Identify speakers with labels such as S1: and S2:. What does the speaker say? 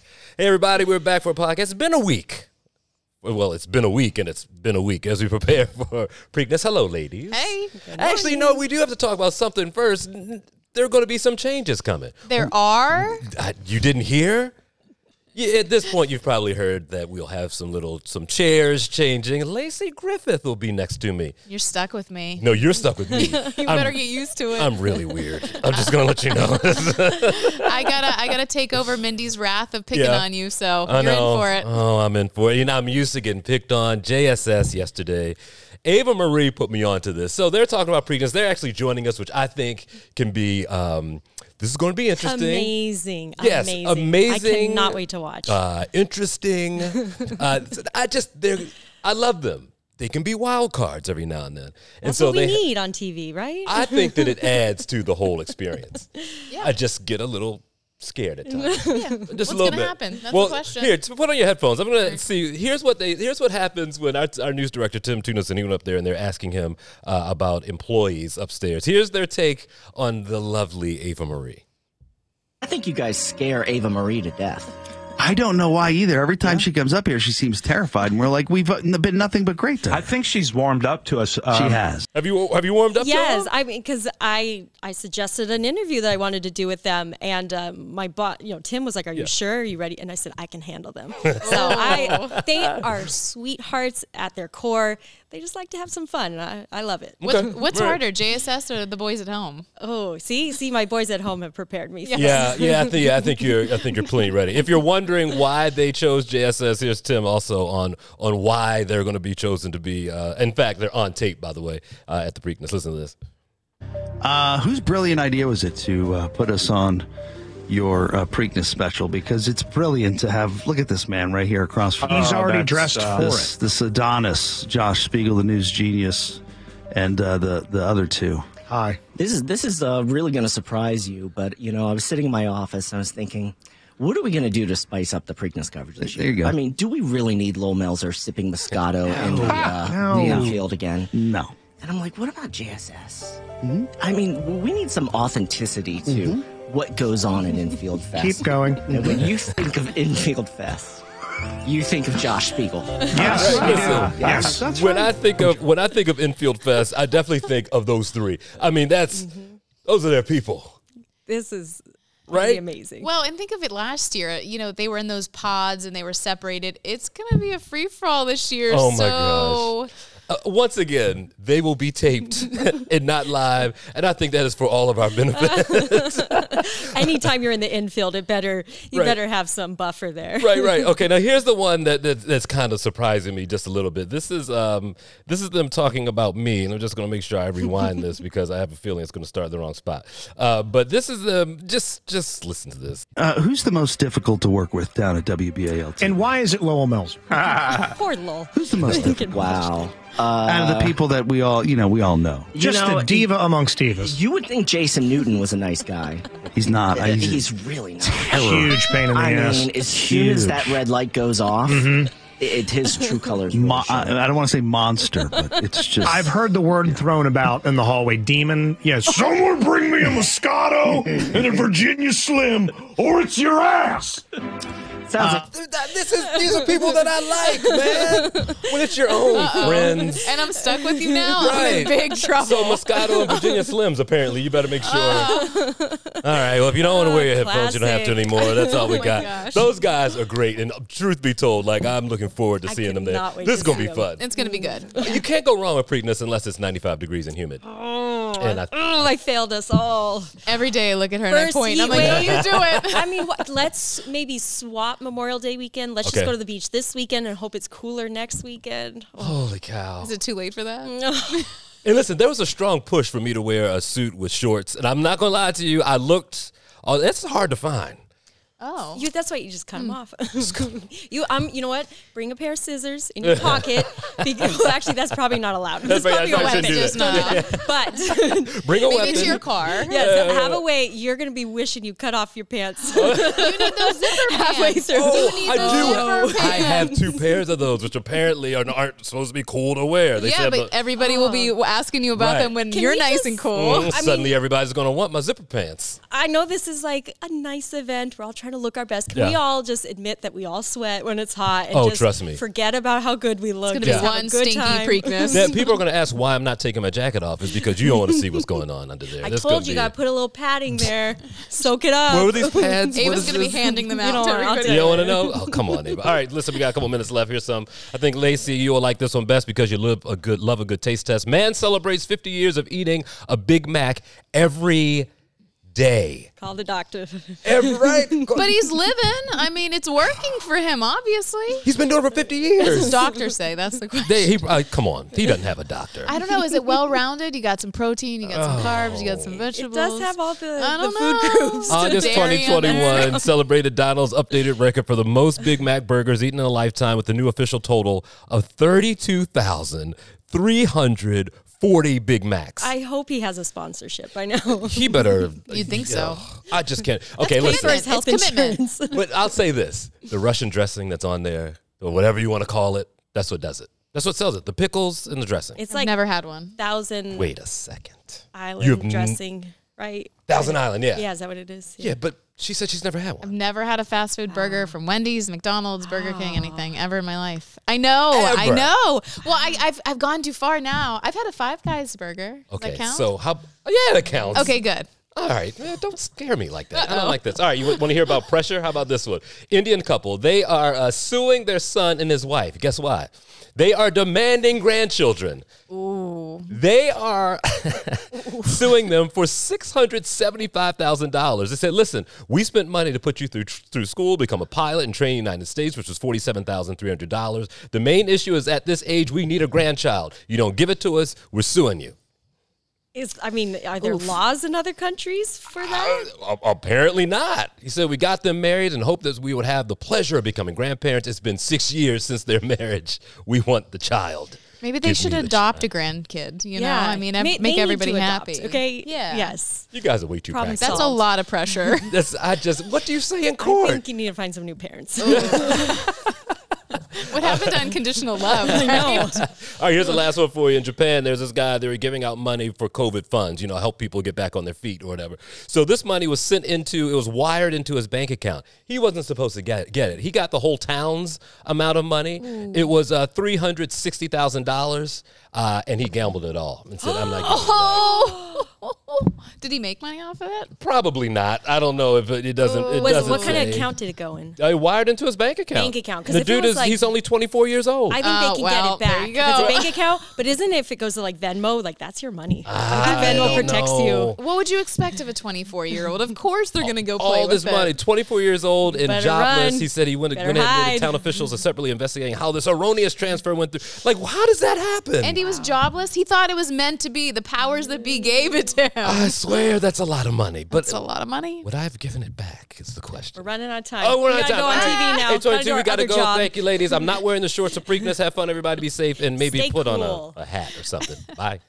S1: Hey, everybody, we're back for a podcast. It's been a week. Well, it's been a week, and it's been a week as we prepare for Preakness. Hello, ladies.
S2: Hey.
S1: Actually, no, we do have to talk about something first. N- There are going to be some changes coming.
S2: There are.
S1: I, you didn't hear? Yeah, at this point, you've probably heard that we'll have some little some chairs changing. Lacey Griffith will be next to me.
S2: You're stuck with me.
S1: No, you're stuck with me.
S2: You
S1: I'm-
S2: better get used to it.
S1: I'm really weird. I'm just gonna let you know.
S2: I gotta, I gotta take over Mindy's wrath of picking
S1: Yeah.
S2: on you. So
S1: I
S2: you're in
S1: know.
S2: for it.
S1: Oh, I'm in for it. You know, I'm used to getting picked on. JSS yesterday. Ava Marie put me onto this. So they're talking about Preakness. They're actually joining us, which I think can be. Um, this is going to be interesting.
S3: Amazing.
S1: Yes,
S3: amazing.
S1: amazing.
S3: I cannot wait to watch.
S1: uh, interesting. uh, I just they're I love them. They can be wild cards every now and then, and
S3: That's
S1: so
S3: what we
S1: they.
S3: need on TV, right?
S1: I think that it adds to the whole experience. I just get a little scared at times. Just
S2: What's
S1: a little
S2: gonna
S1: bit.
S2: happen? That's the
S1: well,
S2: question.
S1: Here, t- put on your headphones. I'm gonna see. Here's what they. Here's what happens when our, our news director Tim Tunison he went up there and they're asking him uh, about employees upstairs. Here's their take on the lovely Ava Marie.
S4: I think you guys scare Ava Marie to death.
S5: I don't know why either. Every time she comes up here, she seems terrified, and we're like, we've uh, been nothing but great to
S6: I
S5: her.
S6: think she's warmed up to us. Um,
S5: she has.
S1: Have you have you warmed up? to
S3: yes,
S1: her?
S3: I mean, because I I suggested an interview that I wanted to do with them, and um, my bot, you know, Tim was like, "Are you sure? Are you ready?" And I said, "I can handle them." so I, they are sweethearts at their core. They just like to have some fun, and I, I love it.
S2: What's,
S1: Okay.
S2: what's
S1: Right.
S2: harder, JSS or the boys at home?
S3: Oh, see, see, my boys at home have prepared me. for
S1: Yeah, yeah, I think I think you're I think you're plenty ready. If you're wondering why they chose JSS, here's Tim also on on why they're going to be chosen to be. Uh, in fact, they're on tape by the way uh, at the Preakness. Listen to this.
S5: Uh, whose brilliant idea was it to uh, put us on your uh, Preakness special? Because it's brilliant to have. Look at this man right here across from.
S6: He's already that's, dressed uh, for
S5: this, This Adonis, Josh Spiegel, the news genius, and uh, the the other two.
S7: Hi.
S4: This is this is uh, really going to surprise you, but you know, I was sitting in my office and I was thinking, what are we going to do to spice up the Preakness coverage this year?
S5: There you go.
S4: I mean, do we really need Lomel's or sipping Moscato in the uh,
S5: No.
S4: league field again?
S5: No.
S4: And I'm like, what about JSS?
S5: Mm-hmm.
S4: I mean, we need some authenticity to what goes on in Infield Fest.
S7: Keep going.
S4: And when you think of Infield Fest, you think of Josh Spiegel.
S5: Yes.
S1: Listen,
S5: Yes. That's
S1: when I think of when I think of Infield Fest, I definitely think of those three. I mean, that's those are their people,
S3: this is gonna Mm-hmm. be
S1: right?
S3: amazing.
S2: Well, and think of it last year. You know, they were in those pods and they were separated. It's gonna be a free for all this year.
S1: Oh my
S2: so
S1: Uh, once again, they will be taped and not live, and I think that is for all of our benefit.
S3: Anytime you're in the infield, it better you
S1: Right.
S3: better have some buffer there.
S1: right, right. Okay, now here's the one that, that that's kind of surprising me just a little bit. This is um this is them talking about me, and I'm just gonna make sure I rewind this because I have a feeling it's gonna start in the wrong spot. Uh, but this is um just just listen to this.
S5: Uh, who's the most difficult to work with down at WBALT?
S7: And why is it Lowell Mills?
S3: Poor Lowell.
S5: who's the most difficult
S4: Wow.
S5: out
S6: Uh,
S5: of the people that we all you know we all know?
S7: Just
S4: know,
S7: a diva amongst divas.
S4: You would think Jason Newton was a nice guy.
S5: He's not. I,
S4: He's really not.
S7: Huge pain in the
S4: I
S7: ass.
S4: mean, as soon as that red light goes off, it, it- his true colors. Really
S5: Mo-
S4: show.
S5: I, I don't want to say monster, but it's just.
S7: I've heard the word thrown about in the hallway. Demon. Yes. Someone bring me a Moscato and a Virginia Slim, or it's your ass.
S4: Sounds
S1: This is these are people that I like, man. When it's your own friends.
S2: and I'm stuck with you now. I'm
S1: Right.
S2: in big trouble.
S1: So Moscato and Virginia Slims, apparently. You better make sure. all right. Well, if you don't want to wear your headphones, you don't have to
S3: Classic.
S1: anymore. That's all we
S2: Oh my
S1: got.
S2: gosh.
S1: Those guys are great. And truth be told, like I'm looking forward to
S3: I
S1: seeing
S3: could
S1: them there.
S3: not wait
S1: This
S3: to
S1: is gonna
S3: see
S1: be
S3: them.
S1: fun.
S2: it's gonna be good.
S1: You can't go wrong with Preakness unless it's 95 degrees and humid. and I,
S3: Oh, I failed us all.
S2: Every day I look at her and I
S3: First
S2: point. I'm
S3: heat
S2: like,
S3: wave.
S2: you do it.
S3: I mean, what, let's maybe swap Memorial Day weekend. Let's
S1: Okay.
S3: just go to the beach this weekend and hope it's cooler next weekend.
S1: holy cow.
S2: Is it too late for that?
S1: And listen, there was a strong push for me to wear a suit with shorts. And I'm not going to lie to you, I looked, oh, that's hard to find.
S2: Oh.
S3: You, that's why you just cut them off. you, um, you know what? Bring a pair of scissors in your pocket. Because, well, actually, that's probably not allowed. That's,
S1: right,
S3: probably
S1: that's
S3: a
S1: why I
S3: weapon.
S1: shouldn't do
S3: But
S1: Bring a
S2: Maybe
S1: weapon.
S2: to your car.
S3: yes, have a way. You're gonna be wishing you cut off your pants
S2: You need those zipper
S3: halfway
S2: pants.
S3: through.
S1: Oh, I
S2: those
S1: do.
S2: zipper
S1: I have two pairs of those, which apparently are, aren't supposed to be cool to wear. They
S2: yeah,
S1: said,
S2: but
S1: but
S2: everybody will be asking you about
S1: Right.
S2: them when
S3: Can
S2: you're
S3: we
S2: nice
S3: just-
S2: and cool.
S1: mm, suddenly everybody's going to want my zipper pants.
S3: I know this is like a nice event. We're all trying trying to look our best. Can we
S1: Yeah.
S3: all just admit that we all sweat when it's hot? And
S1: Oh,
S3: just
S1: trust me.
S3: Forget about how good we look.
S2: gonna
S3: just
S2: be
S3: have a
S2: one
S3: good
S2: stinky
S3: time.
S2: Preakness.
S1: That people are going to ask why I'm not taking my jacket off is because you don't want to see what's going on under there.
S3: I
S1: That's
S3: told
S1: gonna
S3: you,
S1: be-
S3: got to put a little padding there. Soak it up.
S1: Where were these pads? What
S2: Ava's
S1: is
S2: going to be
S1: this?
S2: handing them
S3: know,
S2: out to
S3: I'll
S2: everybody.
S1: You don't want to know? Oh, come on, Ava. All right, listen, we got a couple minutes left. Here's some. I think Lacey, you will like this one best because you live a good, love a good taste test. Man celebrates 50 years of eating a Big Mac every day.
S3: Call the doctor.
S1: Every, right?
S2: But he's living. I mean, it's working for him, obviously.
S1: He's been doing it for 50
S2: His
S1: years.
S2: doctors say that's the question.
S1: They, he, uh, come on, he doesn't have a doctor.
S2: I don't know. Is it well rounded? You got some protein, you got some carbs, you got
S1: Oh.
S2: some vegetables.
S3: have all the-
S2: I
S3: the
S2: don't
S3: food
S2: know.
S3: groups.
S1: August
S2: Dairy on there.
S1: 2021 celebrated Donald's updated record for the most Big Mac burgers eaten in a lifetime with a new official total of 32,340 Big Macs.
S3: I hope he has a sponsorship by now.
S1: he better.
S2: You'd think so.
S1: Ugh, I just can't. Okay,
S2: That's
S1: listen.
S2: commitment.
S3: His health
S2: It's commitment.
S3: insurance.
S1: But I'll say this the Russian dressing that's on there, or whatever you want to call it, that's what does it. That's what sells it. The pickles and the dressing.
S3: It's
S2: I've
S3: like
S2: never had one.
S3: thousand
S1: Wait a second. you have
S3: island
S1: n-
S3: dressing, right?
S1: Thousand Island, yeah.
S3: Yeah, is that what it is?
S1: Yeah, but she said she's never had one.
S2: Never had a fast food
S3: Oh.
S2: burger from Wendy's, McDonald's, Burger King, anything ever in my life. I know, I
S1: Ever.
S2: know. Well, I, I've I've gone too far now. I've had a Five Guys burger. Does
S1: Okay,
S2: that count?
S1: so how? Yeah, that counts.
S2: okay, good.
S1: All right, man, don't scare me like that. I don't like this. All right, you want to hear about pressure? How about this one? Indian couple. They are uh, suing their son and his wife. Guess why? They are demanding grandchildren. They are suing them for six hundred seventy-five thousand dollars. They said, "Listen, we spent money to put you through through school, become a pilot, and train in the United States, which was forty-seven thousand three hundred dollars. The main issue is at this age, we need a grandchild. You don't give it to us, we're suing you."
S3: Is I mean, are there laws in other countries for that?
S1: Uh, apparently not. He said, We got them married and hoped that we would have the pleasure of becoming grandparents. It's been six years since their marriage. We want the child.
S2: Maybe they
S1: Give
S2: should
S1: me the
S2: adopt a grandkid. You know, I mean,
S3: Ma-
S2: ev-
S3: they need
S2: make
S3: to
S2: everybody
S3: adopt,
S2: happy.
S3: Okay.
S2: Yeah.
S3: Yes.
S1: You guys are way too
S3: Problem
S1: practical.
S2: That's a
S3: Solved.
S2: lot of pressure.
S1: That's, I just, what do you say in
S3: I
S1: court?
S3: think you need to find some new parents.
S2: what happened to unconditional love? I
S1: All right, here's the last one for you. In Japan, there's this guy, they were giving out money for COVID funds, you know, help people get back on their feet or whatever. So this money was sent into, it was wired into his bank account. He wasn't supposed to get, get it. He got the whole town's amount of money. It was uh, $360,000, uh, and he gambled it all and said, I'm not getting it back."
S2: Oh, did he make money off of it?
S1: Probably not. I don't know if it, it doesn't. It
S3: Oh, Was,
S1: doesn't
S3: what kind of
S1: say.
S3: account did it go in?
S1: I wired into his bank account.
S3: Bank account, 'cause
S1: The
S3: if it
S1: dude
S3: was
S1: is,
S3: like-
S1: he's only 24 years old.
S3: I think
S2: Oh,
S3: they can
S2: well,
S3: get it back.
S2: there you
S3: If it's
S2: go.
S3: a bank account, but isn't it if it goes to like Venmo, like that's your money. I think Venmo
S1: Ah, don't
S3: protects
S1: know.
S3: you.
S2: What would you expect of a 24 year old? Of course, they're going to go play
S1: all this
S2: with
S1: money,
S2: It.
S1: 24 years old and
S3: Better
S1: jobless.
S3: run.
S1: He said he went,
S3: Better
S1: went ahead
S3: hide.
S1: and the town officials are separately investigating how this erroneous transfer went through. Like, how does that happen?
S2: And he was jobless. He thought it was meant to be. The powers that be gave it to him.
S1: I swear that's a lot of money. But
S2: It's a lot of money.
S1: would I have given it back is the question.
S3: We're running out of time.
S1: Oh, we're
S3: we
S1: out of
S3: gotta
S1: time. All
S3: Go on
S1: right.
S3: TV now.
S1: 8:22,
S3: our
S1: we gotta
S3: other
S1: go.
S3: job.
S1: Thank you, ladies. I'm not wearing the shorts of Preakness. Have fun, everybody. Be safe and maybe
S3: Stay
S1: put on
S3: cool.
S1: a, a hat or something. Bye.